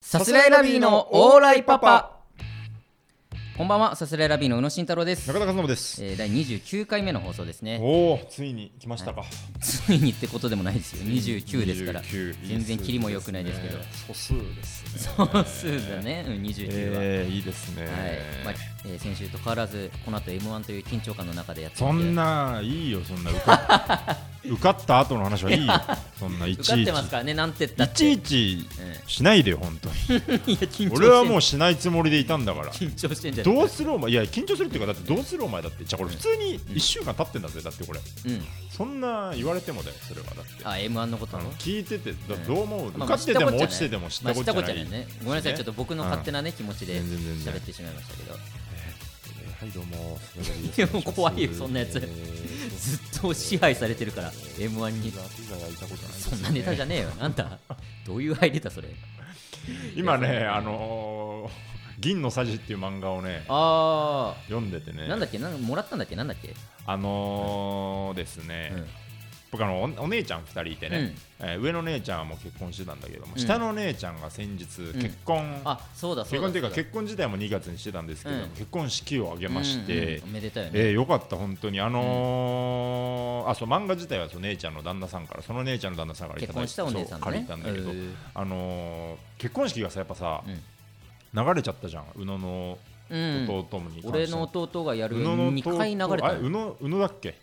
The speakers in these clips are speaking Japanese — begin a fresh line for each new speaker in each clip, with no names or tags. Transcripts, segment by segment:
さすらいラビーのオーライパパこんばんはさすらいラビーの宇野慎太郎です、
中田和伸です。
えー、第29回目の放送ですね
おお、ついに来ましたか。
ついにってことでもないですよ29ですから全然キリも良くないですけど
素数ですね。
そう数だね、うん、29は、
ええ、いいですね
はいまあえー先週と変わらずこの後 m 1という緊張感の中でやってる
そんないいよ、そんな受か 受かった後の話はいいよ。そんない
受か
ち
っ
いち
てますからねなんて言った
い
って
ちいち
え
しないでよ本 当に。
いや緊張してん
俺はもうしないつもりでいたんだから。
緊張してんじゃん
どうするお前いや緊張するっていうかだってどうするお前だってじゃあこれ普通に一週間経ってんだぜだってこれ
うん
そんな言われてもだよそれはだって
あ m 1のこと
あ
なの
の聞いててだ
ん
どう思う
ま
受
あ
かってて
ま
も
あ
落ちてても知っ
まあ
た
知
こ
ったこ
とじ
と
ゃ
じゃ
な
ないいねごめんなさいちょっと僕の勝手なね気持ちで
全然全然
喋ってしまいましたけど
はい、どうも。
いやもう 怖いよそんなやつ
えー
ずっと支配されてるから m 1に
ピザピザ焼いたことないです
そんなネタじゃねえよなん だどういう入りだそれ
今ね、あのー、銀のさじっていう漫画をね、
あ
読んでてね、
ーなんだっけなんもらったんだっけなんだっけ
あのーですね、
うん
僕あのお、お姉ちゃん2人いてね、えー上の姉ちゃんはもう結婚してたんだけども、
うん
下の姉ちゃんが先日、
ん
結婚、
あそうだそう
結
だ
婚っていうか、
そうだ
結婚自体も2月にしてたんですけど、
うん
結婚式を挙げまして、
うんうんおめでたいよね
えー、よかった、本当に、あのーあそう漫画自体はそう姉ちゃんの旦那さんから、その姉ちゃんの旦那さんからい
結
ただい
婚したお姉さんだね
そう借りたんだけど、
うん
あのー結婚式がさ、やっぱさ、
うん
流れちゃったじゃん、宇野の
うん
弟に関しては
俺の弟がやる
宇野の
2
弟
回流れた
あ宇
の
野宇野だっけ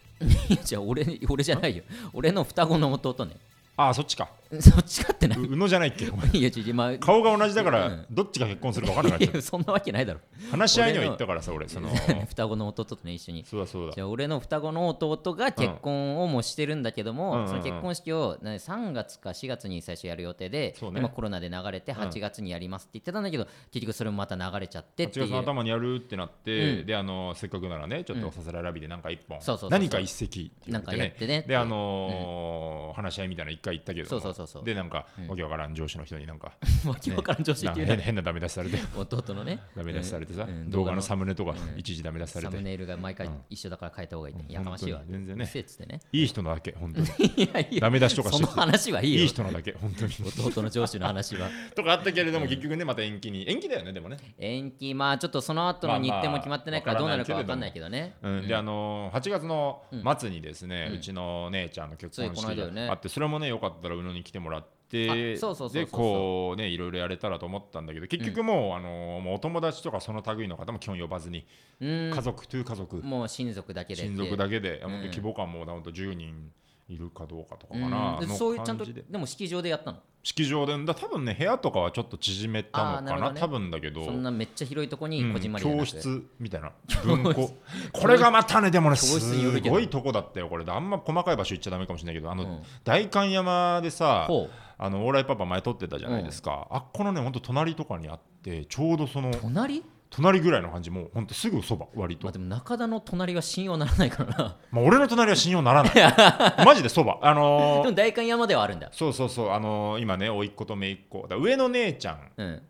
じゃあ俺俺じゃないよ俺の双子の弟ね
あそっちか、
そっちかってな
う
い
宇野じゃないっけ、ごめん
いやちょまあ
顔が同じだか
う
ら
ん、
どっちが結婚するか分からなく なっちゃ
いやそんなわけないだろ
う、話し合いには行ったからさ、俺、その
双子の弟とね一緒に
そうだそう
じ
だ、
ゃあ俺の双子の弟が結婚をもうしてるんだけど
うんうん
も、
うん
その結婚式を、ね、3月か4月に最初やる予定で、
そうね
今コロナで流れて
ん
8月にやりますって言ってたんだけど、結局それもまた流れちゃってって
8
い
月の
う。
頭にやるってなって、
うん
であのせっかくならね、ちょっとさすらいラビでなんか一本、
そうそうそうそう
何か一石って言
なん
って
かやっ
ね、
てねって
で、あのー話し合いみたいなの一回行ったけども、
そうそうそうそう
で、なんか、わけわからん上司の人になんか、
わけわからん女子っ
なん
て
か
いうね
変な変なダメ出しされて、
弟のね
ダメ出しされてさ、
うんうん
動画のサムネとか
う、ん
一時ダメ出しされ
サ
て、
ムネイルが毎回一緒だから変えた方がいいね、
うん
やかましいわ
本当に全然ね
うっせえっつってね
いい人なだけ、本当に。
いやいや
ダメ出しとかして
その話はいいよ
いい人なだけ、本当に。
弟の上司の話は
とかあったけれども、結局ね、また延期に。延期だよね、でもね。
延期まあちょっとその後の日程も決まってないから
まあ
どう
ま
な
あ
るかわかんないけどね、
うん、で、あのー、8月の末にですね、
う
うんちの姉ちゃんの結婚
ついこの間よ
式
ね
があって、それもね、よかったら宇野に来てもらって
あそうそうそうそうそう
でこうねいろいろやれたらと思ったんだけど結局もう,、あのーもうお友達とかその類の方も基本呼ばずに、
うん
家族という家族、
もう親族だけでって
親族だけで、
ん
本当規模感もほんと10人いるかどうかとかか
うん
な、
で
の
そういうちゃんと
感じで
でも式場でやったの
式場でだ多分ね部屋とかはちょっと縮めた
あー
の
な
か
る
な
ほどね
多分だけど
そんなめっちゃ広いとこにこじんまりじゃな
教
くて
室みたいな文庫これがまたねでもね
教室によ
す
るけど
ごいとこだったよこれあんま細かい場所行っちゃダメかもしれないけどあの、
うん
代官山でさ
ほう
あのオーライパパ前撮ってたじゃないですか、あっこのねほんと隣とかにあってちょうどその
隣、
隣ぐらいの感じもうほんとすぐそば割
ま
と
あ、でも中田の隣は信用ならないからな
まあ、俺の隣は信用ならない マジでそばあのー
でも代官山ではあるんだ
そうそうそうあのー今ね甥っ子と姪っ子だから上の姉ちゃん
うん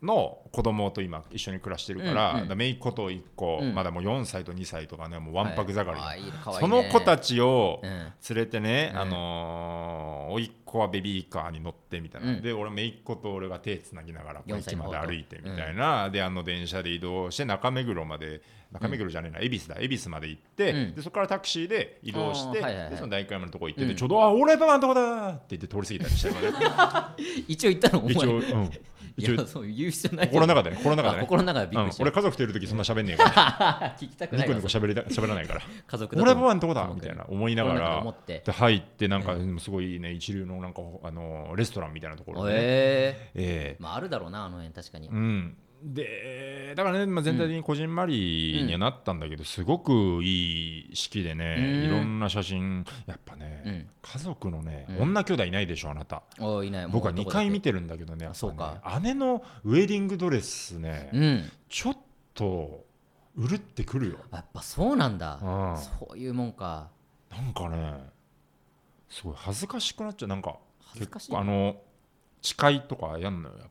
の子供と今一緒に暮らしてるから,、
うんうん
だから姪っ子と一個、
うん
まだもう4歳と2歳とかねもうわんぱく盛り、
はいあーいいかわいい
そ
ね
の子たちを
うん
連れてね、
うん
あのー、甥っ子はベビーカーに乗ってみたいな、
うん
で俺姪っ子と俺が手つなぎながらこう
4歳
駅
の
ま
方
で
と
歩いてみたいな、であの電車で移動して中目黒まで中目黒じゃねえな恵比寿だ恵比寿まで行って、
うん
でそこからタクシーで移動し
あーは
て、
いはいはい
でその大会山のとこ行って、
う
で
ん
ちょうど「あ俺パパのとこだ!」って言って通り過ぎたりしてるの ね
一応言ったのお前
一応、うん、一
い
応
やそう言う必要ない
心の中
で
でね心の中でね
心の中でびっくりした、
うん、俺家族といる時そんな喋んねえから
聞きたく
ニ
ない
コ
わ
ニコ喋りだ喋らない から
家族だ
俺はワンとこ
と
だ
思う
み
け
た
ど
いな思いなが
俺の中で
ら
思って
で入ってなんかすごいね一流のなんかあのレストランみたいなところでね、
え
え
ー、まああるだろうなあの辺確かに、
えうんでだからね、まあ、全体的にこじんまりにはなったんだけど、すごくいい式でね、
うん
いろんな写真やっぱね、
うん
家族のね、
うん
女兄弟いないでしょあなた
おいいない
僕は2回見
て
てるんだけどねやっぱね
そうか
姉のウェディングドレスね、
うん
ちょっとうるってくるよ
やっぱそうなんだ、
うん
そういうもんか
なんかねすごい恥ずかしくなっちゃうなんか
恥ずかしい
結構あの誓いとかやんのよやっぱ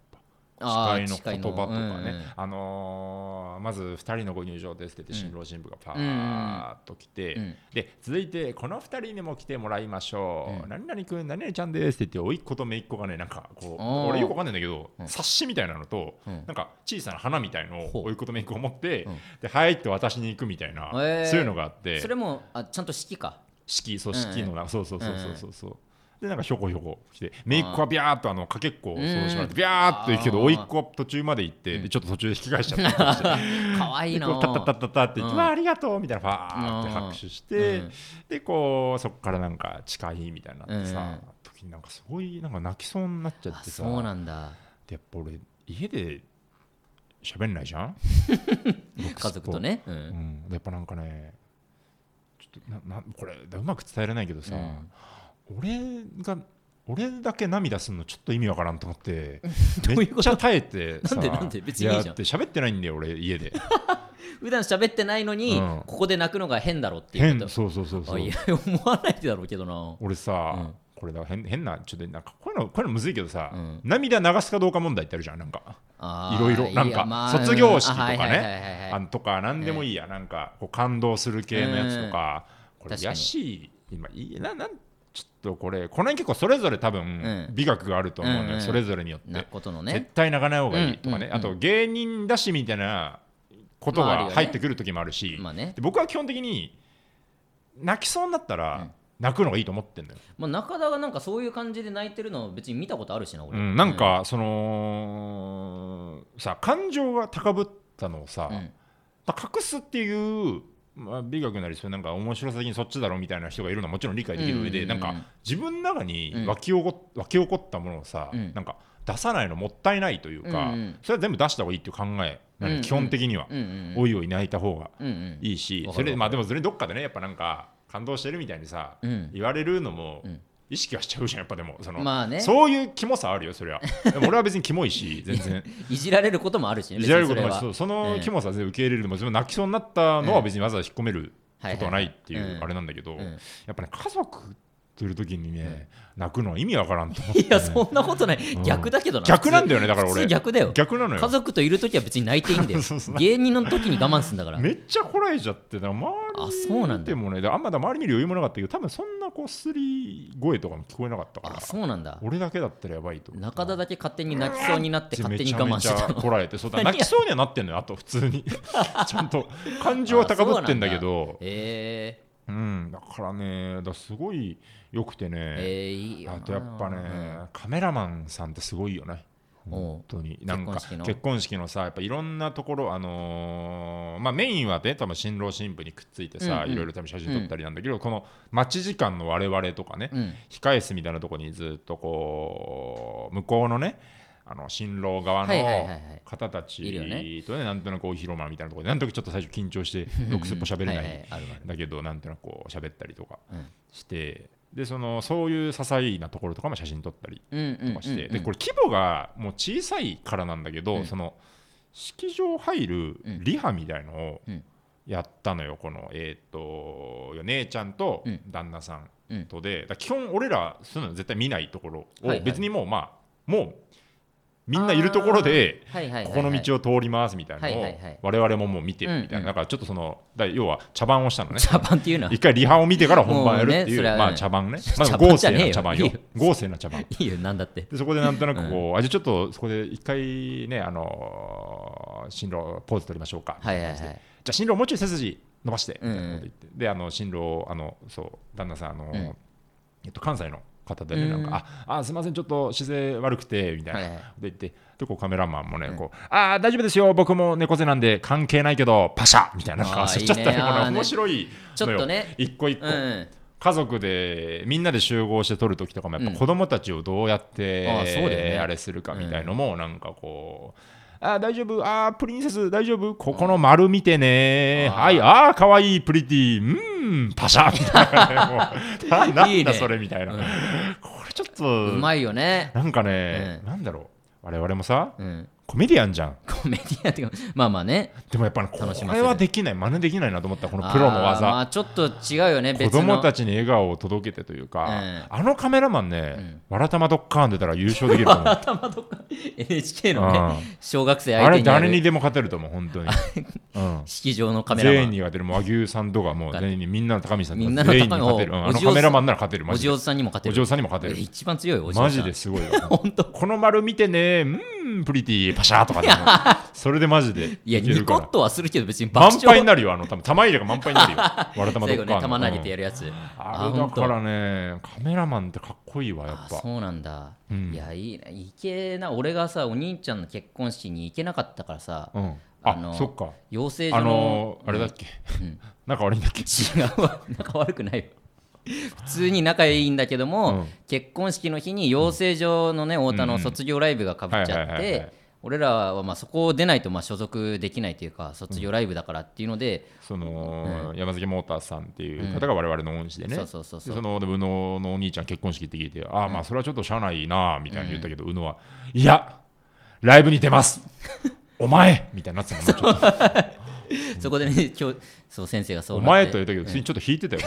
あー
誓いの言葉とか
誓いのうんう
ね
ん
あのーまず2人のご入場ですって言って新郎新婦がパーっと来て、
うん
で続いてこの2人にも来てもらいましょう、
うん
何々くん何々ちゃんですって言っておいっ子とめいっ子がねなんかこう
あー
俺よくわかんないんだけど、
うん
冊子みたいなのと、
うん
なんか小さな花みたいの
ほ
を
う
おいっ子とめいっ子が持って、
うん
ではいって渡しに行くみたいな、
へー
そういうのがあって
それもあちゃんと式か
式そう
うん
式のな、そうそうそうそうそうそう、でなんかひょこひょこ来てめいっ子はビャーっとあのかけっこをそうしてもらってビャーっと行くけ
あ
ど
ー
おいっ子は途中まで行ってでちょっと途中で引き返しちゃったりして
かわいい
で
な
こうタッタッタッタッタって言って
う
「
ん
わあありがとう」みたいなファーって
うん
拍手して、
うん
でこうそこからなんか近いみたいになってさ、
うん
時になんかすごいなんか泣きそうになっちゃっ
あ
てさ
そうなんだ
でやっぱ俺家で喋んないじゃん
家族とね、うん
うん、やっぱなんかねちょっとななこれうまく伝えられないけどさ、俺が俺だけ涙するのちょっと意味わからんと思って
どう
め
い
っ
うこと
ちゃ耐えてさ
なんでなんで別にいいじゃん
やだって喋ってないんだよ俺家で
普段喋ってないのに、
うん
ここで泣くのが変だろっていう
変
こと
そうそうそうそ
あ
う
いや思わないだろうけどな
俺さ、
うん
これだ変変なちょっとなんかこういうのこういうのむずいけどさ、
うん
涙流すかどうか問題ってあるじゃんなんか
あー
いろいろ
や
なんか
まあ
卒業式と
う
か
んあはいはいはいはい
あのとか何でもいいや、なんかこう感動する系のやつとか、これ
確かに
やし今いいななんちょっとこれこの辺結構それぞれ多分
うん
美学があると思うのよ、
うんうん
それぞれによって、
なことの
絶
ね
対泣かない方がいいとか
うんう
ね、
んうん
あと芸人だしみたいなこと
まああるよ
が
ね
入ってくる時もあるし、
まあね
で僕は基本的に泣きそうになった
う
ら
ん
泣くのがいいと思ってんのよ、
まあ中田がなんかそういう感じで泣いてるの別に見たことあるしな
う
俺、
ん、なんかそのさ感情が高ぶったのをさ、
うん、うん
まあ隠すっていう、まあ、美学なりそういうなんか面白さ的にそっちだろうみたいな人がいるのはもちろん理解できる上で、
うんうんうん
なんか自分の中に
うん
湧き起こ湧き起こったものをさ、
うん
なんか出さないのもったいないというか、
うんうん
それは全部出した方がいいっていう考えなのよ、
うん
基本的には、
うんうん
おいおい泣いた方が
うんうん
いいし、
うん
それで
わかるわかる
まあでもそれどっかでねやっぱなんか感動してるみたいにさ、
うん
言われるのも
うん
意識はしちゃうじゃんやっぱでもその、
まあね
そういうキモさあるよそりゃでも俺は別にキモいし全然
いじられることもあるしね
いじられることもあるし
別
そ
に
うそ
え
の
え
気もさ全然受け入れるのも自分泣きそうになったのは別にわざわざ引っ込めることはないってい
はいはいは
う
い
あれなんだけど
んうん
やっぱね家族といる時にね泣くのは意味わからんと思っ
それは
て
いやそんなことない、
うん
逆だけどな
逆なんだよねだから
普
俺
通逆だよ
逆なの
家
よ
族といるときは別に泣いていいんだよ
そうそう
芸人の時に我慢するんだから
めっちゃこらえちゃってだから
あ
周
そうなん
り見
だ
てもねであんまだ周り見る余裕もなかったけど多分そんなこうすり声とかも聞こえなかったか
あ
ら
そうなんだ
俺だけだったらやばいと思って
中田だけ勝手に泣きそうになって勝手に我慢して
めちゃ
た
めちゃ
の
こらえてそうだ泣きそうにはなってんのよあと普通 にちゃんと感情は高ぶってんだけど
え
うん、だからね、だからすごい良くて
ー、
ね、
えー、いいよな
あとやっぱね、カメラマンさんってすごいよね。
おう
本当になんか
結婚式の
結婚式のさやっぱいろんなところあのーまあメインはね多分新郎新婦にくっついてさ、
うんうん
いろいろ多分写真撮ったりなんだけど、この待ち時間の我々とかね、
うん
控え室みたいなところにずっとこう向こうのねあの新郎側
はいはいはいは
の
い
方たち
いるよね
とねなんとなくお広間みたいなところでなんとなくちょっと最初緊 張してよくすっぽ喋れない
はいはいあるある
だけどなんとなくこう喋ったりとか
うん
してでそのそういう些細なところとかも写真撮ったり
うんうん
とかして、
うん
でこれ規模がもう小さいからなんだけど、
うん
その式場入る
うん
リハみたいのを
うん
やったのよこのえっ、と姉ちゃんと
うん
旦那さん
うん
とで、だから基本俺らそういうの絶対見ないところを、
はいはい
別にもうまあもうみんないるところで。
はいはいはいはい、
ここの道を通りますみたいなの
はい
を
はいはい
我々ももう見てるみた
うんうん
いなだからちょっとそのだ要は茶番をしたのね
ジャパンっていうのは
一回リハを見てから本番やるって
もうね
い、
そうれはね
まあ茶番ね、まあ、
茶番
豪
じゃ
勢
ねえよ
な茶番よ
いいよ
豪勢な茶番
いいよなんだって
でそこでなんとなくこう、あじゃあちょっとそこで一回ねあのー新郎ポーズ取りましょうか、
はいはいは
じゃ
い
あ新郎もうちょい背筋伸ばして、
うんうん
みたいなこと言ってであの新郎あのそう旦那さんあ
う
のー、
ん
えっと、関西の方でね、
うん
なんかああすいませんちょっと姿勢悪くてみたいな、
はいはい
で言ってでこうカメラマンもね、こうああ大丈夫ですよ僕も猫背なんで関係ないけどパシャみたいな
あ
顔
ー
しちゃった
いい
ね
ね
これ
あーね
面白い
ちょっとね
一個一個、
うんうん
家族でみんなで集合して撮る時とかもやっ
うん
ぱ子供たちをどうやって、
ああそうだよね
あれするかみたいのもなんかこう。ああ大丈夫ああプリンセス大丈夫ここの丸見てね
ああ
はいああかわいいプリティうん パシャみたいなもうななん
いいね
だそれみたいな、
うん
これちょっ
う
と
まいよね
なんかね、
う
なんだろう我々もさ
うん
コメディアンじゃん
コメディアンっていうかまあまあね
でもやっぱりこ
楽しませる
れはできない真似できないなと思ったこのプロの
あーま
技
あちょっと違うよね別
子
の
供たちに笑顔を届けてという
う
か、
ん
あのカメラマンね、
うん
わらたまドッカーン出たら優勝できる と思う
頭とか NHK のね、小学生
うんあ
相手
れ
にや
誰
る
にでも勝てると思う本 当に、うん、
式場のカメ
全
ラ
員
マン
に勝てるもう和牛さんとかもう全員にみんなの高見さんと
みん
か
なの
全員に
高見
勝てる、うん
お
あの
お嬢さん
カメラマンなら勝てるマ
お
ジで
嬢さんにも勝て
お
る
嬢さんにも勝て
え
る
一番強いよお嬢さん
マジですごいよ
本当
この丸見てねうーんプリティパシャーとかねそれでマジで
いや
ける
ニ
か
コ
ら
ッとはするけど別に爆
満杯
笑
になるよあの多分玉入れが満杯にな るよわらたまど
最
っ
後
か
ね玉投げ
うん
てやるやつ、
あれ
ほ
だ
んと
からねカメラマンってかっこいいわや
あ
っぱ
そうなんだ、
うん
いやいいな行けな俺がさお兄ちゃんの結婚式に行けなかったからさ
うん
あの
あそっか
養成所
あ
の
のーあれだっけ
うん
仲悪い んだっけ
違うわ仲悪くないよ普通に仲いいんだけども、
うん
結婚式の日に養成所のね太田の卒業ライブがかぶっちゃ
うんうん
っ
はいはいはいは
て
い
俺らはまあそこを出ないとまあ所属できないというか卒業ライブだからっていうので、
その山崎モーターさんっていう方が我々の恩師でね
そうそうそう
で
そう
そので宇野のお兄ちゃん結婚式って聞いてああまあそれはちょっとしゃあないなみたいに言ったけど宇野はいやライブに出ます お前みたいになってたのちょっと
そこでね今日そう先生がそう
お
なって
前と言ったけどついにちょっと引いてたよ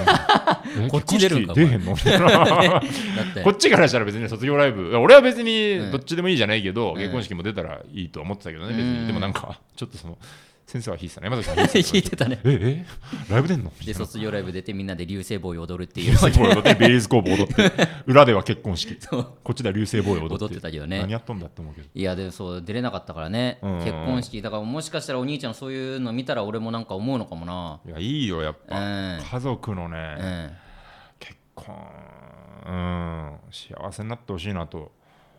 え
こっち出るんか
結婚式出えへんのみたいな
だって
こっちからしたら別に卒業ライブいや俺は別に
ん
どっちでもいいじゃないけど、
ん
結婚式も出たらいいと思ってたけどね、
う
別
ん
にでもなんかちょっとその先生は引いてたね山崎 さんは引いてた
聞いてたね
ええライブ出んのみた
で
いな
卒業ライブ出てみんなで流星ボーイ踊るっていう
流星ボーイ踊 ってベリーズ工房踊って裏では結婚式
そう
こっちでは流星ボーイ踊って
踊ってたけどね
何やっとんだって思うけど
いやでもそう出れなかったからね、
うんうん
結婚式だからもしかしたらお兄ちゃんそういうの見たら俺もなんか思うのかもない
やいいよやっぱ、
うん
家族のね、
うん
結婚うん幸せになってほしいなと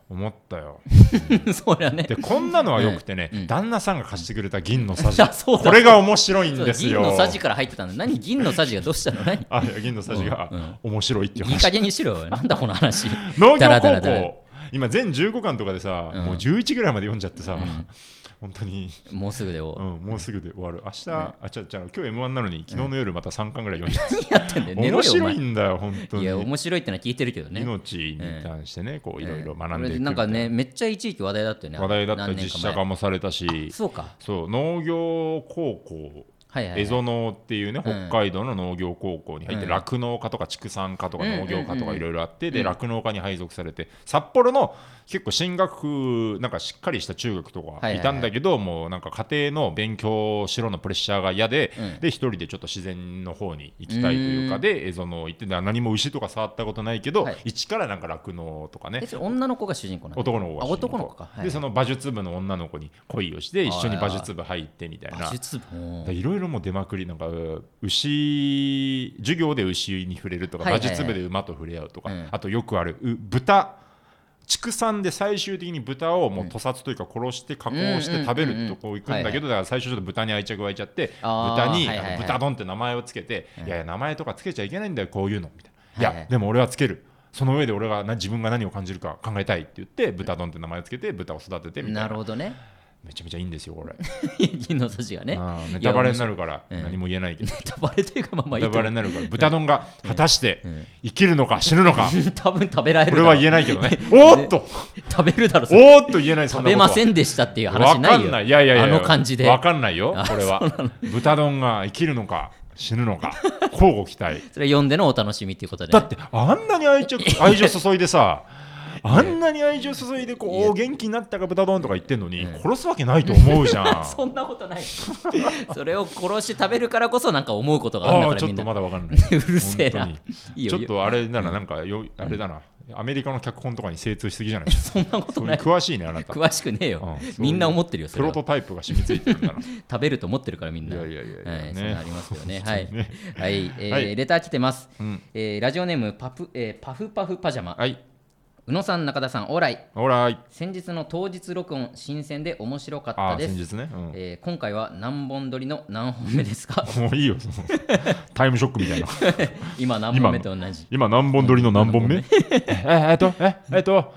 思ったよ
そりゃね
でこんなのはよくてね、
うん
旦那さんが貸してくれた銀のさ じ
あそうだ
これが面白いん
そう
ですよ
銀のさじから入ってたんだ何銀のさじがどう したの何
あいや銀のさじが
うんうん
面白いっていう
いい
話、
加減にしろよなんだこの話
農業
だらだ
高
らだら
校今全15巻とかでさ、
うん
もう11ぐらいまで読んじゃってさ、本当に、
もうすぐで終
う
わ
ん、もうすぐで終わる明日、あちゃちゃ今日 M1 なのに昨日の夜また3巻ぐらい読んじゃって、
やってんだよ寝ろ
面
よお
白
前
いんだよ本当
い
に
や面白いってのは聞いてるけどね
命に関してねこういろいろ学ん
これ
でいくみたい
なんかねめっちゃ一時期話題だったよね
話題だった
何年か
実
前
写化もされたし
そうか
そう農業高校
はいはい、はい、
蝦夷農っていうね
うん
北海道の農業高校に入って
うん
酪農家とか畜産家とか
うんうんうん
農業家とかいろいろあって
う
で
ん
酪農家に配属されて札幌の結構進学なんかしっかりした中学と
いは
か
いはい
いたんだけどもうなんか家庭の勉強しろのプレッシャーが嫌で
うん
で一人でちょっと自然の方に行きたいという
う
か
ん
で蝦夷農行ってで何も牛とか触ったことないけど
はい
一からなんか酪農とかね
えそれ女の子が主人公なの
男の子が
あ
主人公
男の子かはい
でその馬術部の女の子に恋をして一緒に馬術部入ってみたいな
馬術部も
いろいろもう出まくりなんかう牛授業で牛に触れるとか、
はいはいはい
馬術部で馬と触れ合うとか、
うん
あとよくあるう豚畜産で最終的に豚をもう屠殺というか殺して加工して食べるとこ行くんだけどだから最初ちょっと豚に愛着湧いちゃって
あー
豚に
はいはいはい
あの豚丼って名前をつけていやいや名前とかつけちゃいけないんだよこういうのみたいな
はい
い
はい
やでも俺はつけるその上で俺がな自分が何を感じるか考えたいって言って豚丼って名前をつけて豚を育ててみた
ないる
な
ほどね
めちゃめちゃいいんですよこれ
銀のさじがね
あーネ
いや
タバレになるから
うん
何も言えないけど
ネタバレというかまあまあいい
豚
と思
バレ
う
になるから豚丼が果たして生きるのか死 ぬのか
多分食べられ
こ
るだ
れ
ろ
は言えない けどねおーっと
食べるだろそれ
おーっと言えないそん
食
なこ
べ
とは
ませんでしたっていう話
わ
な
か
いよ
んないいやいやいや
あの感じで
わかんないよこれは豚丼が生きるのか死ぬ のか交互期待
それ読んでのお楽しみっていうことで
だってあんなに愛情愛情注い でさあんなに愛情注いでこ
いや
うおー元気になったか豚丼とか言ってんのに殺すわけないと思 うじゃ ん
そんなことないそれを殺して食べるからこそなんか思うことがあるん
あ
だ
あ
か
ち
ら
ょ
み
っ
ん
と
な
まだわかんな い
うるせえな
本
いいよ
ちょっ
いいよ
とあれならなんかよあれだなアメリカの脚本とかに精通しす ぎじゃないですか
そんなこと
そう
ない
詳しいねあなた
詳しくねえよ
うんそういう
みんな思ってるよそ
プ
れ
ロ
は
トタイプが染みついてる んだな
食べると思ってるからみんない
やいやいやいや
はい
ね
そんなのありますよね はい
ね
はいえー
はい
レター来てます
うん
えーラジオネームパフえーパフパフパジャマ
はい
宇野さん中田さんオーライ
ほらーい
先日の当日録音新鮮で面白かった
ああ
で
先
す
日ね、うん
えー今回は何本撮りの何本目ですか
もういいよそのタイムショックみたいな
今何本目と同じ
今何本撮りの何本目ええっとええっと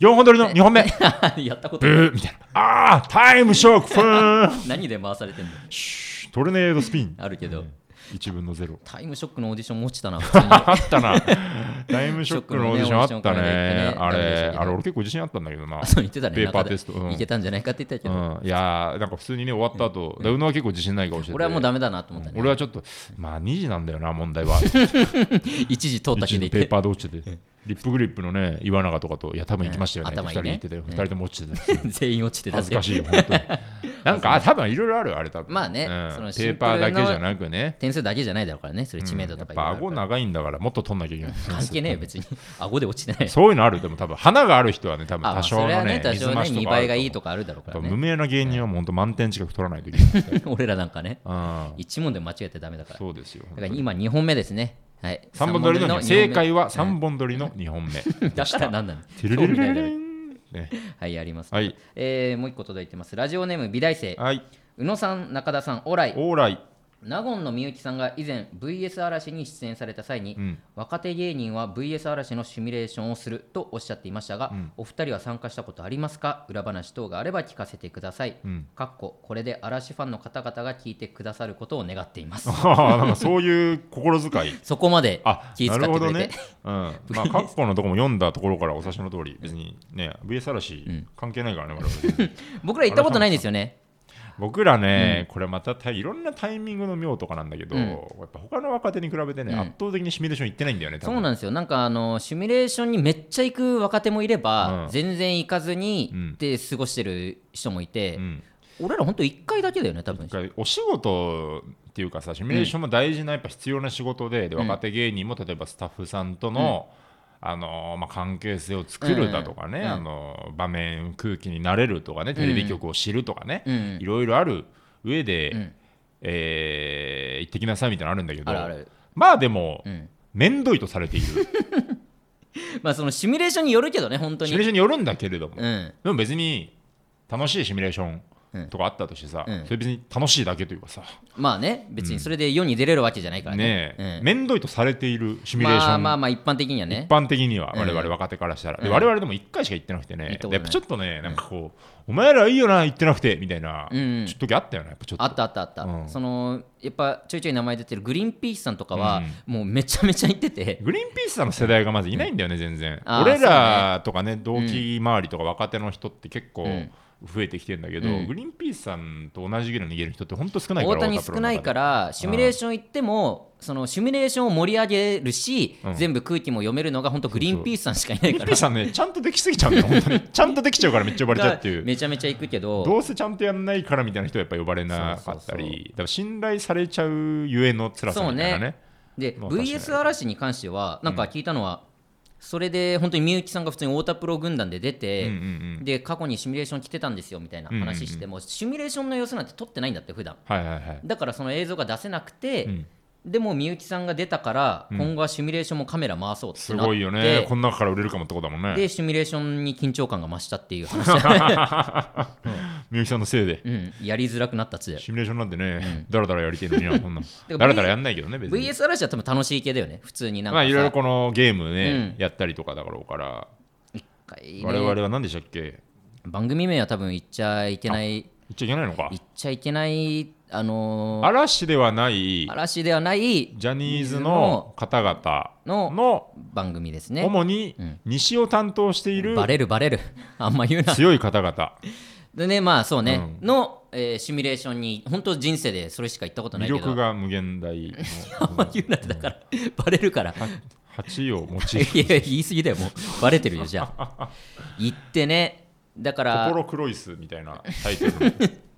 4本撮りの2本目
やったこと
ブ
ない
ーみたいなああタイムショックふーん
何で回されてんの
シュートルネードスピン
あるけど、
1分の0
タイムショックのオーディションも落ちたな、普通に。
あったなタイムショックのオーディションあったね
ショックの
あ
ねオーディションこれで行って
れ
ね
あれ俺結構自信あったんだけどな
あ、そう言ってたね。
ペーパー
中で
テストうん
いけたんじゃないかって言ってたけど、
うん、いやーなんか普通にね終わった後、ダウノは結構自信ない顔してて
俺はもうダメだなと思ったね。
俺はちょっとまあ2時なんだよな問 題は
一時通った気
一
で
時
い
ペー
て。
パーで落ちててリップグリップのね岩永とかといや多分行きましたよね、
うん頭いいね
2人行ってたよ、
うん
2人とも落ちて た
全員落ちてた
恥ずか
ぜ。
しいよ本当になんかあ多分いろいろあるよあれ多分
まあね
うん
その
ペーパーだけじゃなくね
点数だけじゃないだろうからね、それ知名
や
度と
っ
か
ぱ
いろ
顎
いろある
長いんだからもっと取んなきゃいけない
から関係ねえよ、別に。顎で落ちてない。
そういうのあるでも多分花がある人はね多分
あ、まあ
多
そ
少の
れはね、
ね
多少ね、
水増し
見
とか
栄えが
あると思う
いいとかあるだろうか
や
ら
っぱ無
ね。
名な芸人はもう本当満点近く取らないといけないですか
俺らなんかね、
ら、うん、
一問でも間違えてダメだから。だ
そうですよ
から今2本目ですね。はい。
三本取りの
三
正解
は。
は三本取りの二 本目。
だから何なの
てるるるる
興
る
味ないだ
る
ろうん
ね
はい、あります。
はい
えーもう一個届いてます。ラジオネーム、美大生。
はい。
宇野さん、中田さん、オーライ。
オーライ。
納言のみゆきさんが以前 VS 嵐に出演された際に、
うん
若手芸人は VS 嵐のシミュレーションをするとおっしゃっていましたが、お二人は参加したことありますか裏話等があれば聞かせてください、
うん
かっここれで嵐ファンの方々が聞いてくださることを願っています
ああ、 なんかそういう心遣い。
そこまで
あ、
気遣
な
って
るほ
く
ど
れて、
ね。うん。 まあ、カッコのとこも読んだところからお察しの通り、別にね、VS 嵐関係ないからね、我々。
僕ら行ったことないんですよね
僕らね、これまたたいろんなタイミングの妙とかなんだけど、
うん
やっぱ他の若手に比べてね、
うん
圧倒的にシミュレーションいってないんだよね、多
そ
分
うなんですよなんかあのシミュレーションにめっちゃ行く若手もいれば、
うん
全然行かずに
うん
で過ごしてる人もいて、
うん。
俺ら本当1回だけだよね多分
だからお仕事っていうかさシミュレーションも大事なやっぱ必要な仕事で,で、
うん
若手芸人も例えばスタッフさんとの、あのーまあ、関係性を作るだとかね、
うんうん
あのー場面空気に慣れるとかねテレビ局を知るとかね、
うん
いろいろある上で、
うん
えー行ってきなさいみたいなのあるんだけど
あるある
まあでも、
うん
面倒いとされているシミ
まあそのシミュレーションによるけどね、本当
ュレー
に。
ションによるんだけれども、
うん。
でも別に楽しいシミュレーションとかあったとしてさ、
うんうん
それ別に楽しいだけというかさ、
まあね、別にそれで世に出れるわけじゃないからね
ね。
うん
え、面倒いとされているシミュレーション、
まあまあまあ、一般的にはね
一。般的には
うん
我々若手からしたら、で
うん
我々でも1回しか行ってなくて
行っ
ね
たことない
やっぱちょっとねなんかこう、お前らいいよな行ってなくてみたいな、
うんうん
ちょっと時あったよねやっぱちょっと
あったあったあった、
うん
そのやっぱちょいちょい名前出てるグリーンピースさんとかは、もうめちゃめちゃ行ってて、
グリーンピースさんの世代がまずいないんだよね、全然
あー
俺らとかね同期周りとか若手の人って結構
うん
増えてきてんだけど、
うん
グリーンピースさんと同じぐらい逃げる人って本当少ないか
大
ら
谷少ないからら、シミュレーション行っても、そのシミュレーションを盛り上げるし、
うん
全部空気も読めるのが、本当グリーンピースさんしかいな
グ
い
リー
か
ンピー
ら
ス、さんねちゃんとできすぎちゃうんだよ本当にちゃんとできちゃうからめっちゃ呼ばれちゃうっていう
めちゃめちゃ行くけど、
どうせちゃんとやんないからみたいな人はやっぱ呼ばれなかったり
そうそう
だから信頼されちゃうゆえの辛さみたいなね
で、
まあ確かに
VS 嵐に関しては、なんか聞いたのは、それで本当にみゆきさんが普通に太田プロ軍団で出て、
うんうんうん
で過去にシミュレーション来てたんですよみたいな話して、
うんうん
もうシミュレーションの様子なんて撮ってないんだって普段
はいはいはい、
だからその映像が出せなくて、
うん
でもみゆきさんが出たから、
うん
今後はシミュレーションもカメラ回そうってなって
すごいよねこの中から売れるかもってことだもん
で
ね
シミュレーションに緊張感が増したっていう話、
みゆきさんのせいで
うん、やりづらくなったっつだよ
シミュレーションなんてね、だらだらやりてるのに な、こんな
ら
んだらだらやんないけどね、別に。
VS 嵐は多分楽しい系だよね普通になんか
まあ、いろいろこのゲームね、
う
やったりとかだろうから、
一
我
回ね
々は何でしたっけ
番組名は多分言っちゃいけない
言っちゃいけないのか
言。っちゃいけないあのー
嵐ではない、
嵐ではない
ジャニーズの方々
の
の、
番組ですね
主に西を担当している
バレるバレる あんま言うな
強い方々、
でねまあそうね、の、えーシミュレーションに本当人生でそれしか行ったことな
魅
いけど
力が無 限大
あんま言うなってだから、バレる から
の8を
い
持
やい
ち、
や言い過ぎだよもうバレてるよじゃ あ行ってねだから
心黒いっすみたいなタイトルの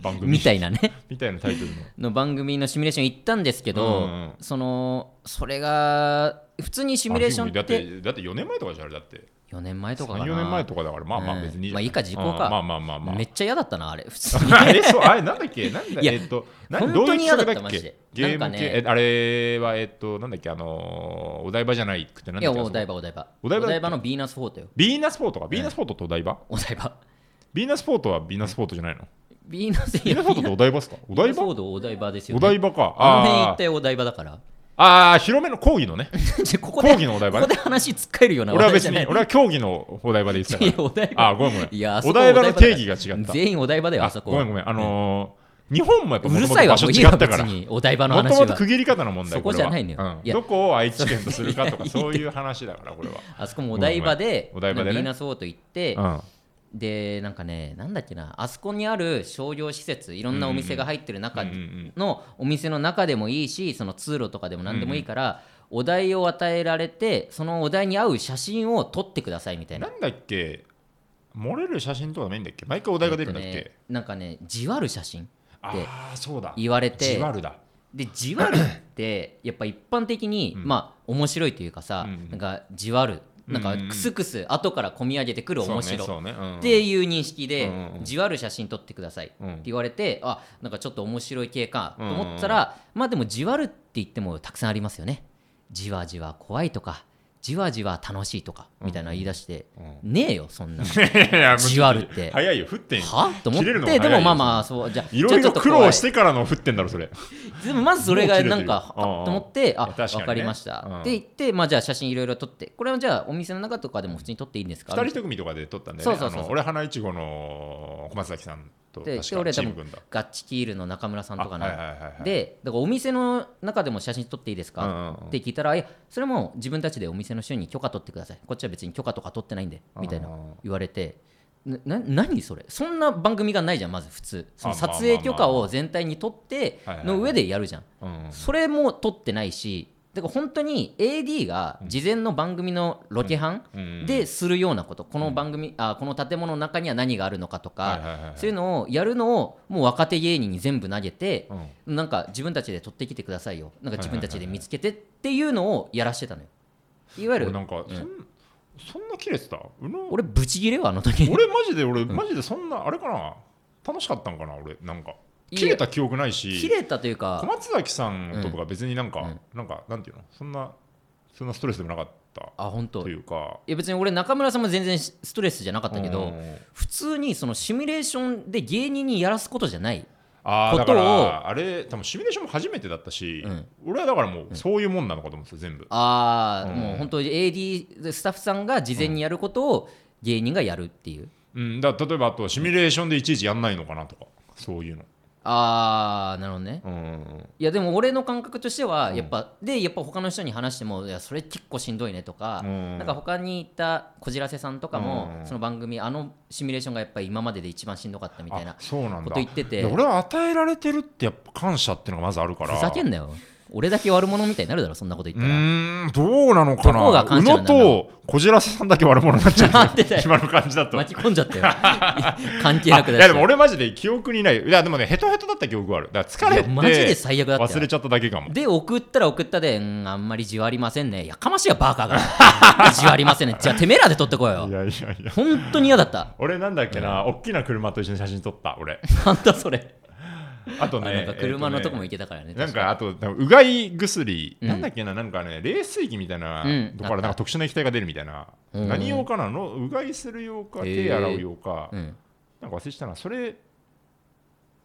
番組
みたいなね
みたいなタイトルの。
の番組のシミュレーション行ったんですけど、
うんうん
そのそれが普通にシミュレーション
だ
っ
って
て
だって4年前とかじゃんあれだって
4年前とかかな
4年前とかだからまあま
う
あ
ん
別にいいじゃん
まあいいか時効か
うんまあまあまあまあ
めっちゃ嫌だったなあ れ普通に
あれそうあれなんだっけなんだ
いや
えっとな
本
ど
当
ういう
に嫌だ
企
った
画だっ
マジで
けゲー
なん
ム
か
系、
ね
えあれはえっとなんだっけあのーお台場じゃないくてな
い
んだ
や
っけ
お台場
場
お台場
お台場だっけ
のヴィーナスフォートよ
ビーナスポートかビーナスポートとお台場
お台場
ビーナスポートはビーナスポートじゃないの
ヴィーナスフ
ビーナスポートとお台場ですかお
ヴィー
台
ナスフ
場
ォートお台場ですよ、
お
ね、
台場か
あの 辺一
あ
帯
ー
お台場だから
あー広めの講義 のね
じゃあここ
講
で
義のお台場
こ
ね
こで話突っかえるような
俺は別
話
に
じゃない
俺は競技のお台場で言ってた
いや
か
お台
ら
場
あーごめんごめん
いやあそ
お
こ
台場
お
の
台場だ
定義が違った
全員お台場だよあそこ
ごめんごめん、あのー日本もやっぱ
うる
元々
さいわ
場
もう
所
いい
違
わ
った
別
から
にお台場の
も
話
ともと
は
区切り方の問題
そこじゃないのよ
これはうん
いや
どこを愛知県とする かとかそういう話だからこれは
あそこもお台場で
ごめんお台場でね
ビーナスウォート行って、
うん
でなんかねなんだっけなあそこにある商業施設いろんなお店が入ってる中
うんうん
のお店の中でもいいしその通路とかでも何でもいいから、お題を与えられてそのお題に合う写真を撮ってくださいみたいな
なんだっけ漏れる写真とかないんだっけ毎回お題が出るんだっ
えっと
け
ね、なんかねじわる写真って
ああそうだ
言われて
ジワルだ
でじわる ってやっぱ一般的に、
うん
まあ面白いというかさ、
うん
なんかじわるなんか
うんうんうん
クスクス後から込み上げてくる面白
そうねそうねうん
っていう認識で、
うんうんうん
じわる写真撮ってくださいって
うん
言われて、あなんかちょっと面白い系かと思ったら、まあでもじわるって言ってもたくさんありますよねじわじわ怖いとかじわじわ楽しいとかみたいな言い出して、
う
ねえよそんな
いや
じわるって
早いよ降ってんよ
はと思っ
切れるのが
てで
早いよ
もまあまあそうじゃあ
いろい
ちょ
ろ
っと
苦
怖い
労してからの降ってんだろそれ
でもまずそれがなん
もう
か
切れてるようんうん
あと思ってあ
いや確かにね
分かりました、
うん
って言って、まあ、じゃあ写真いろいろ撮ってこれはじゃあお店の中とかでも普通に撮っていいんですか
二人一組とかで撮ったんだよ
そう
ね
そうそうそう
あの俺花いちごの小松崎さんと
で
確
で俺
か
は
チ
多
ーム
分
組んだ
ガッチキールの中村さんとかの、
あはいはいはいはい
でだからお店の中でも写真撮っていいですか、
うんうんうん
って聞いたらいやそれはもう自分たちでお店の人に許可取ってくださいこっちは別に許可とか取ってないんでみたいな
うんうん
言われて。なな何それそんな番組がないじゃんまず普通その
あま
撮
あまあ
影許可を全体に取って
はいはいはい
の上でやるじゃん、
うん
それも撮ってないしだから本当に AD が事前の番組のロケハン
うん
でするようなこと、この番組、あこの建物の中には何があるのかとか、
はいはいはいはい
そういうのをやるのをもう若手芸人に全部投げて
う、ん
なんか自分たちで取ってきてくださいよなんか自分たちで見つけてっていうのをやらしてたのよいわゆ
俺
る
なんかそんそんな切れてたうの
俺ブチギレよあの時
俺マジで俺マジでそんなあれかな楽しかったんかな俺なんか
いや
切れた記憶ない
切
し
れたという
小
か
松崎さんとかが別になん
う
か
ん
なんかなんていうのそんなそんなストレスでもなかった
あ本当
と
い
いうか
や別に俺中村さんも全然しストレスじゃなかったけ
う
ど
ん
普通にそのシミュレーションで芸人にやらすことじゃない
ああ
こ
だ
と
か
を
らあれ多分シミュレーションも初めてだったし、
うん
俺はだからもうそういうもんなのかと思ってた全部
ああ、
うん
もう本当に AD スタッフさんが事前にやることを芸人がやるっていう、
うんだから例えばあとシミュレーションでいちいちやんないのかなとかそういうの
ああなるほどね
うん
いやでも俺の感覚としてはやっぱ、でやっぱ他の人に話してもいやそれ結構しんどいねとか、
うん
なんか他にいたこじらせさんとかも、
うん
その番組あのシミュレーションがやっぱり今までで一番しんどかったみたいな
あそうなん
こ
だ
と言ってて
いや俺は与えられてるってやっぱ感謝っていうのがまずあるから
ふざけんなよ俺だけ悪者みたいになるだろそんなこと言
う
った ら
ーんどうなのか
どこが
な
感
宇
謝なん
野
だろう
とこじらせさんだけ悪者になっちゃ
なん
っ
でだよ
て今の感じだと
巻き込んじゃった よ関係なく
い
だ
やでも俺マジで記憶にないいやでもねヘトヘトだった記憶があるだから疲れて
マジで最悪だったよ
忘れちゃっただけかも
で送ったら送ったで、うん、あんまりじわりませんねやかましいわバカが じわりませんねじゃあてめえらで撮ってこいよ
いやいやいや
本当に嫌だった
俺なんだっけな、大きな車と一緒に写真撮った 俺
なんだそれ
あと
あ
ね
なんか車のとこも
えっ
行けたからね,、
ねなんかあとうがい薬、
うん
なんだっけななんかね冷水器みたいな、
うん
とこからなんか特殊な液体が出るみたいな、
うん
何用かなのうがいする用か
へー
手洗う用か、
うん、
なんか忘れてたなそれ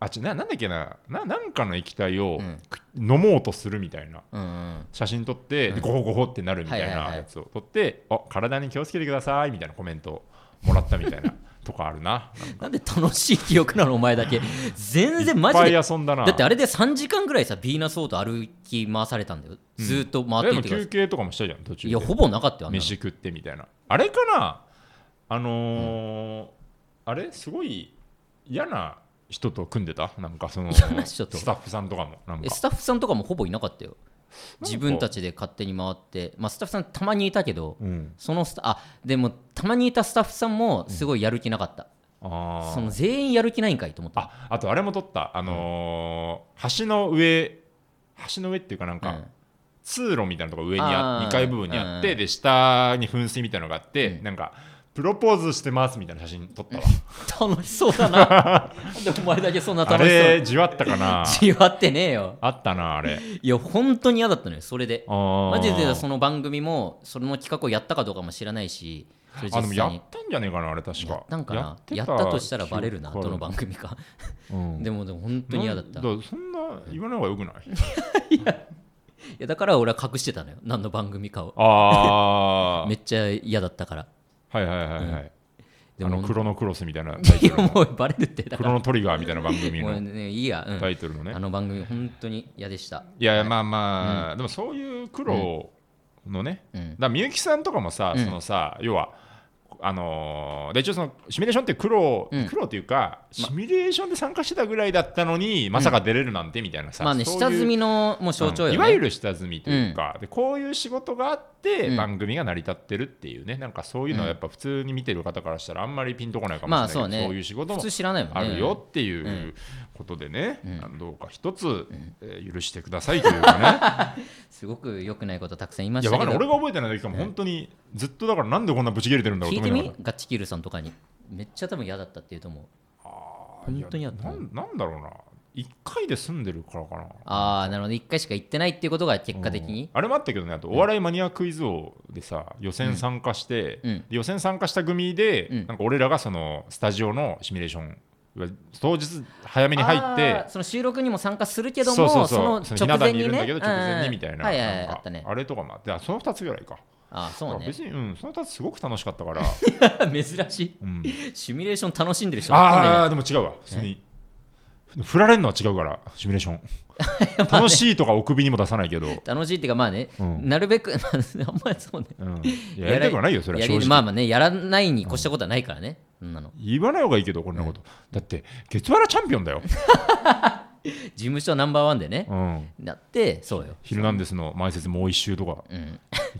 あちななんだっけなななんかの液体を
うん
く飲もうとするみたいな
うんうん、
写真撮って、
うん
ゴホゴホってなるみたい
はいはいは
ないやつを撮って、あ体に気をつけてくださいみたいなコメントもらったみたいなとかあ るな
なんで楽しい記憶なのお前だけ全然マジ
い
で
っぱい遊んだな
だってあれで3時間ぐらいさビーナスオート歩き回されたんだよずーっと回
で
って
も
いてくだ
休
さ
憩とかもしたじゃん途中
い
で
いやほぼなかったよあんなの
飯食ってみたいなあれかなあのーあれすごい嫌な人と組んでたなんかその
嫌な人と
スタッフさんとかもなん
え
か
スタッフさんとかもほぼいなかったよ
か
自分たちで勝手に回って、まあ、スタッフさんたまにいたけど、
うん
そのスタあでもたまにいたスタッフさんもすごいやる気なかった、
あ
その
ー
全員やる気ないんかいと思った
ああとあれも撮ったあのー橋の上橋の上っていうかなんか、
うん
通路みたいなとこ上に
あ
あ
ー
2階部分にあっ
うんう
て
ん
で下に噴水みたいなのがあって、
うん
なんかプロポーズしてますみたいな写真撮 ったわ
楽しそうだな なんでお前だけそんな
あ
楽し
れじわっ たかな
そうに違ってねえよ
あったなあれ
いや本当に嫌だったのよそれでマ
マ
ジでその番組もその企画をやったかどうかも知らないしそれ
あ
実
でも
際
やっ
に
たんじゃねえかなあれ確か
やったんかな
て
やったとしたらバレるな
記憶
どの
あ
番組か
るうん
でもでも本当に嫌だったい
なんそんな言わない方がよくない
やだから俺は隠してたのよ何の番組かを
あ あ
めっちゃ嫌だったから
はいはいはいはい
で
あの
も
クロノクロスみたいないタイト
や
ルの
もうバレるってだか
クロ
ら
ノトリガーみたいな番組
もう
の
ねいいや、うん
タイトルのね
あの番組本当に嫌でした、
いやいやまあまあ、でもそういう苦労のね、
うん
だからみゆきさんとかもさ、
うん
そのさ要はあのーで一応そのシミュレーションって苦労、
うん
苦労というかシミュレーションで参加してたぐらいだったのにまさか出れるなんてみたいなさ、
まあね
そういう
下積みのもう象徴よ、ね
うんいわゆる下積みというか、でこういう仕事があって
うん
番組が成り立ってるっていうね、なんかそういうのはやっぱ普通に見てる方からしたらあんまりピンとこないかもしれ
ま
な
あ
いけど、
そうね
いう仕事
普
も
通知らないもんね
あるよっていううことでね、
ん
あのどうか一つ、えー許してくださいというかね
すごく良くないことたくさん言いま
い
し
や
た
わ
け
か
ど
んない俺が覚えてない時かも本当にずっとだからなんでこんなブチ切れてるんだろう
聞
と
い
思
て
いながら
みガッチキルさんとかにめっちゃ多分嫌だったって言うと思う本当にやった
いやなんなんだろうな1回で済んでるからかな
ああなるほど1回しか行ってないっていうことが結果的
うん
に、
あれもあったけどねあとお笑いマニアクイズ王でさ予選参加して、
うんうん
で予選参加した組で、
うん
なんか俺らがそのスタジオのシミュレーション当日早めに入って
あーその収録にも参加するけども
そうそう
そ
そう
の
の
直
日向
前
にい
に
るん
ね
だけど直前にみたいな,、
うんはいはいはい
な
あ
んか
ったね
あれとかもあってあその2つぐらいか
ああそう
だから
ね
別に、うん、その2つすごく楽しかっ たから、
珍しい
うん、
シミュレーション楽しんでる人ばっかりだ
ああーでも違うわ普通に振られるのは違うからシミュレ ーション楽しいとかお首にも出さないけど、
楽しいっていうかまあね、
うん
なるべく まああんまりそうね
うん、いややりたくはないよそれは
や
正
り
直、
まあまあねやらないに越したことはないからね、そんなの
言わない方がいいけどこんなこと、だって月原チャンピオンだ よ「
事務所ナンバーワンでね、
うん、
だってそうよ、
ヒルナンデス」の前説もう一周とか
うん、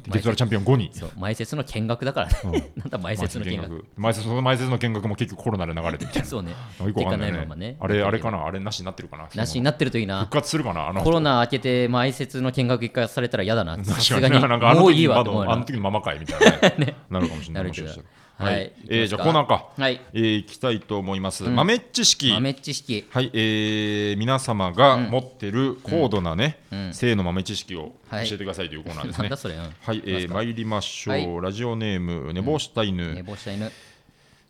月原チャンピオン5に
そう前説の見学だからね、 なんだ前説の見学
前説その前説の見学も結局コロナで流れてみたいな
そうね
よくわかんな
行かない
い,、ね
ままね
あれあれかなあれなしになってるかな
なしになってるといいな
復活するかなあの
コロナ明けて前説の見学一回されたら嫌だ なさす
確か
が
に
に
なんかあの
もうい
時
い
に
わ
ま
と
だ
思う
あの
な
時のままかいみたいな、 ねなるかもしれな
な
い
る
も
け
し
ど
かしたら
はい
は
行
い
きますか
えーじゃあコーナーか
はい
えー、いきたいと思います、豆知識
豆知識
はい、えー、皆様が持ってる高度なね、
うんうん
性の豆知識を教
はい
えてくださいというコーナーです
な
ね。
んだ
はい、
それ、うん、
えー、参りましょう、
はい
ラジオネーム寝坊した犬、
寝坊した犬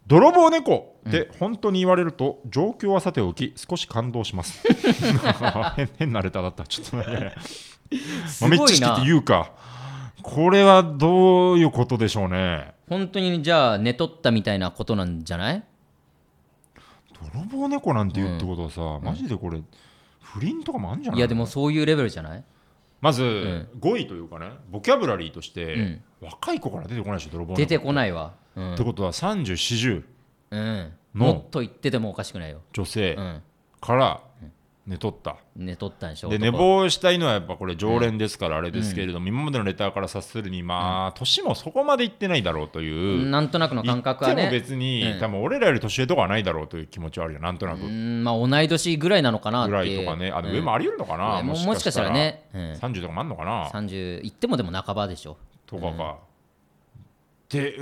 泥棒猫って本当に言われると状況はさておき少し感動します。 変変なレターだったちょっとね。いやいや
すごい
豆
な
知識っていうかこれはどういうことでしょうね。
本当にじゃあ寝とったみたいなことなんじゃない
泥棒猫なんて言うってことはさ、マジでこれ不倫とかもあるんじゃない
いやでもそういうレベルじゃない
まず、
ん
語彙というかねボキャブラリーとして、
うん
若い子から出てこないでしょ泥棒
出てこ
い、
ないわうん
ってことは3040
うん、
の
もっと言っててもおかしくないよ、
女性
うん、
から寝とった、
寝とったんでしょ
で
男
寝坊したいのはやっぱこれ常連ですからあれですけれども、今までのレターから察するにまあ、年もそこまでいってないだろうという、
なんとなくの
言
感
っ
覚は
ても
ね
別に、
うん
多分俺らより年上とかはないだろうという気持ちはあるよなんとなく、
うんまあ同い年ぐらいなのかなって
ぐらいとかねあの上もあり得るのかな、
うんももしかしたらね、うん、
30とかもあんのかな
30いってもでも半ばでしょ
とかが、で、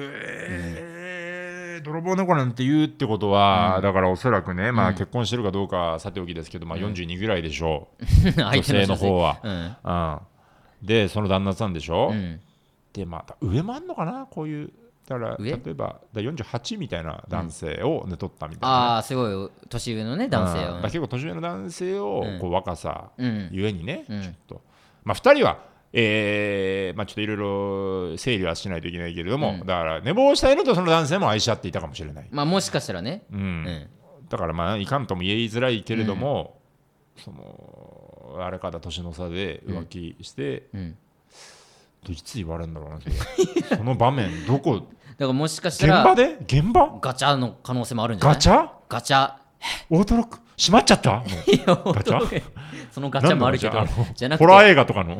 えー泥棒猫なんて言うってことは、だからおそらくね、まあ、結婚してるかどうかさておきですけど、まあ、42ぐらいでしょう、
女
女性の方は。
うん
うんでその旦那さんでしょ、
うん
でまた上もあんのかなこういうだから
上
例えばだ48みたいな男性を寝取ったみたいな、
ああすごい年上のね男性
うんだ
は
から結構年上の男性を、
うん
こう若さ
うん
ゆえにね、
うん
ちょっと、まあ、2人は、えーまあ、ちょっといろいろ整理はしないといけないけれど
う
も、
ん
だから寝坊したいのとその男性も愛し合っていたかもしれない、
まあもしかしたらね
うん
うん
だからまあいかんとも言いづらいけれども、そのあれかだ年の差で浮気して、
うん
いつ言われるんだろう なそれその場面どこ
だからもしかした
現場
ら
で現場
ガチャの可能性もあるんじゃな
ガ
い
チャ
ガチャ
オートロック閉まっちゃったもう
いや
ガチャ
そのガチャもあるけど
なんだろうじ
じ
ゃ
ゃな
あのホ
く
ラー
て
映画と かの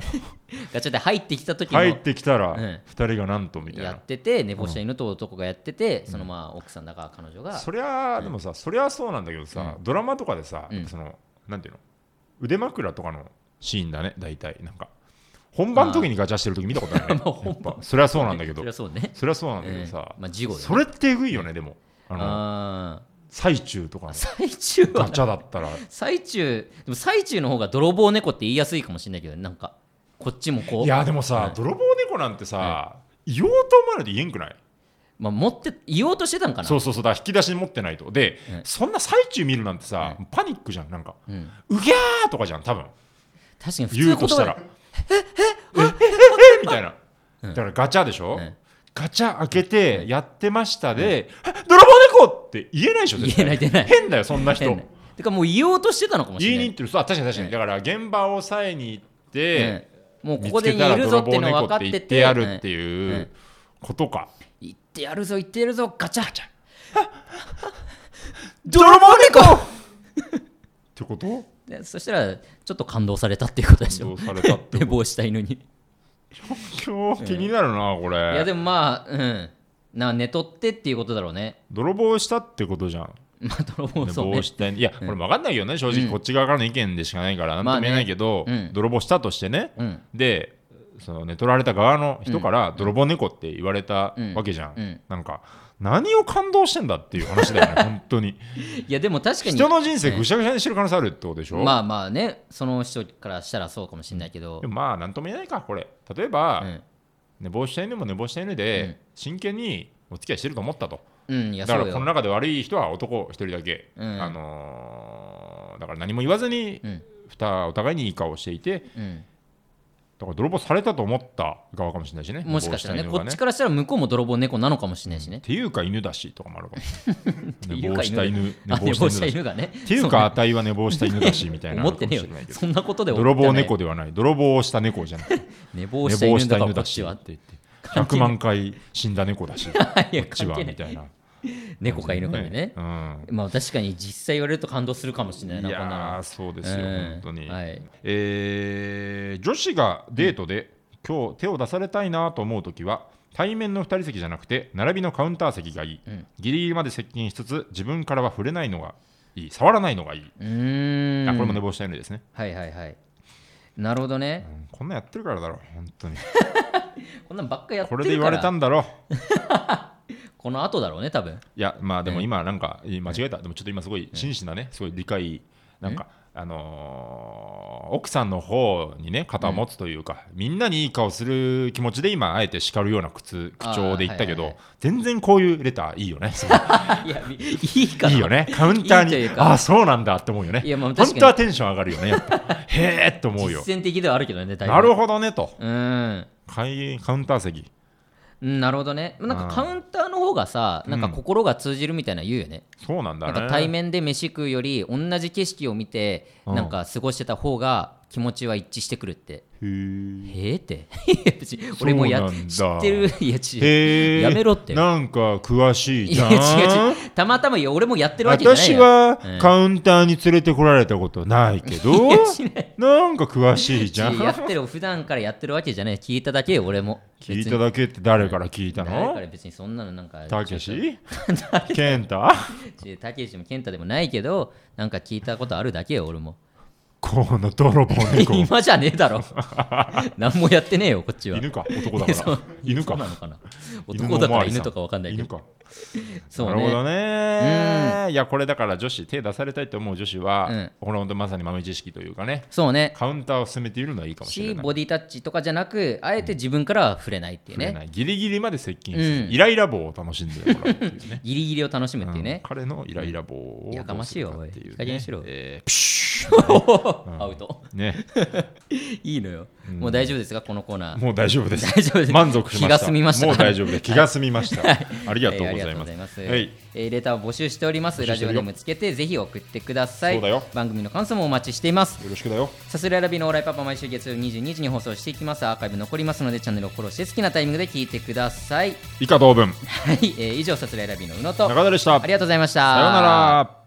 ガチャで入ってきた時
入っ
の
てきたら
うん
2人がなんとみたい
や
な
ってて寝坊した犬と男がやっててそのまあ奥さんだか彼女が
そりゃあでもさ、そりゃあそうなんだけどさ、ドラマとかでさ、
うん
そのなんていうの腕枕とかのシーンだね大体なんか本番の時にガチャしてる時見たことない、ね、
まあ本
やっぱそりゃそうなんだけ
そ
ど
りゃそうね
そりゃそうなんだけどさ、
うんまあ事故だね
それってえぐいよねでもあの
ああ
最中 とかの
最中
ガ
は
チャだったら
最中でも最中の方が泥棒猫って言いやすいかもしれないけどねなんかこっちもこう
いやでもさ、
うん
泥棒猫なんてさ、言おうと思わないと言えんくない
まあ、持って言おうとしてたんかな
そうそうそうだから引き出し持ってないとで、
うん
そんな最中見るなんてさ、パニックじゃんなんか
うん、
うぎゃーとかじゃん多分
確かに普通
言
の
うと
言
した
葉
ら
で
ええええみたいなだからガチャでしょ、
うん
ガチャ開けてやってましたで、え泥って言えないでしょ絶
言
対
えない出ない
変だよそんな人
変なてかもう言おうとしてたのかもし
言
れ
い
な
に
い
行ってるそうあ確かに確かに、
ええ
だから現場を抑えに行って、
ええもうここ
見
で
つけた
い
ら
るぞっていうのは分かってて
言ってやるって
え
い
え
うことか、
え言ってやるぞ言ってやるぞ ガチャガチャ泥棒猫
ってこと
でそしたらちょっと感動されたっていうことでしょ
感動されたってこと
寝坊した犬にい
今日気になるな、これ
やでもまあうんな寝とってっていうことだろうね
泥棒したってことじゃん
まあ泥棒
寝
そうね
坊していやこれ分かんないよね正直こっち側からの意見でしかないから
ま
何
あね
とも言えないけど、
うん
泥棒したとしてね、
うん
でその寝取られた側の人から泥棒猫って言われたわけじゃん、
うんうん
なんか何を感動してんだっていう話だ よね本当に
いやでも確かに
人の人生ぐしゃぐしゃにしてる可能性あるってことでしょ、
まあまあねその人からしたらそうかもしれないけど
でもまあ何とも言えないかこれ例えば、
うん
寝坊した犬も寝坊した犬で、真剣にお付き合いしてると思ったと
うんいや
だか
そ
ら
う
この
よ
中で悪い人は男一人だけ、
うん
あのーだから何も言わずに、
うん
蓋お互いにいい顔をしていて
うん
だから泥棒されたと思った側かもしれないしね
もしかしたらね
寝
こ
坊
っ
犬が
ちからしたら向こうも泥棒猫なのかもしれないしね
っていうか犬だしとかもあるかも
てい
寝
う
坊
か
した犬寝
あ寝
坊
坊
し
したた 犬
犬だし
がね
っていうかあたいは寝坊した犬だしみた
そう
い
ね
な
思ってねえ
あ
よ
るかもしれないけど
そんなことで
泥棒
思って
猫ではない泥棒をした猫 じゃない
ない 寝坊
寝
した
坊
犬
し
だ
た
から
犬
こっ
だ
ち
し
は
っ
ってて
言って100万回死んだ猫だしこ
いや
っち
関
は
係な
みた
い
いな
猫か犬かでね
うん
まあ確かに実際言われると感動するかもしれないないこんな
や
の
ーそうですよ、
うん
本当に、
はい
えー女子がデートで、今日手を出されたいなと思うときは対面の2人席じゃなくて並びのカウンター席がいい、
うん
ギリギリまで接近しつつ自分からは触れないのがいい触らないのがいい、
うーん
あこれも寝坊したいのですね、
はいはいはいなるほどね
うんこんなんやってるからだろ本当に
こんなんばっかやって
こ
る
れ
か
で
ら
言われたんだろ
この後だろうね多分
いやまあでも今なんかえ間違えた、でもちょっと今すごい真摯なねすごい理解なんか、あのー奥さんの方にね肩を持つというか、みんなにいい顔する気持ちで今あえて叱るような口口調で言ったけど、
あーはいはいはい
全然こういうレターいい よねすごい
いやいいかない
いよねカウンター
いいという
に
か
ああそうなんだって思うよね
いやまあ
カウ
確か
ン
に
ターテンション上がるよねやっ ぱへえと思うよ
実践的ではあるけどねだいぶ
なるほどねと
うん
会カウンター席
うんなるほどねなんかカウンターの方がさなんか心が通じるみたいなの言うよね、
そうなんだ
な
ね
んか対面で飯食うより同じ景色を見て
うん
なんか過ごしてた方が気持ちは一致してくるって、
へえ
へえってい や別に俺もや
そうなんだ
知ってるいやち
へえ
やめろって
なんか詳しい
い
じゃ
や
ん
違う違うたまたまいや俺もやってるわけじゃない
私
よ
は
うん
カウンターに連れてこられたことないけど、なんか詳しいじゃん
いややってる普段からやってるわけじゃない聞いただけよ俺も
聞いただけって誰から聞いた
別に誰か
の
ら別にそんなのなんか
たけし 健太
ちょたけしも健太でもないけどなんか聞いたことあるだけよ俺も
この泥棒 猫
今じゃねえ だろ何もやってねえよこっちは
犬か男 だ
そ
か
う
ら犬
そうな
か
のかな
の
男だか
お巡
ら
りさ
犬とかわかんないけ
犬
ど
か
そう
なるほどねいやこれだから女子手出されたいと思う女子は、
うん
これ本当まさに豆知識というかね
そうね
カウンターを進めているのはいいかもしれ
し
ない
ボディタッチとかじゃなくあえて自分からは触れないっていう
触れ
ね
ないギリギリまで接近する、
うん
イライラ棒を楽しんでもらうっていうね
ギリギリを楽しむっていうね
うん、彼のイライラ棒を
やかましいわ
どうするかってう
おいいい加減にしろ
えープシュ
アウト
ッね
いいのよもう大丈夫ですかこのコーナー
もう大丈夫です
大丈夫です
満足しました
気が済みました
もう大丈夫です気が済みました、ありがとう
はあり
ございます,、
がとうございますえーレターを募集しております
募集
ラ
して
ジ
る
オ
よ
ネームつけてぜひ送ってください
そうだよ
番組の感想もお待ちしています
よろしくだよ
さすらいラビのオーライパパ毎週月曜22時に放送していきますアーカイブ残りますのでチャンネルをフォローして好きなタイミングで聞いてください
以下同文
はい、えー以上さすらいラビの宇野と
中田でした
ありがとうございました
さようなら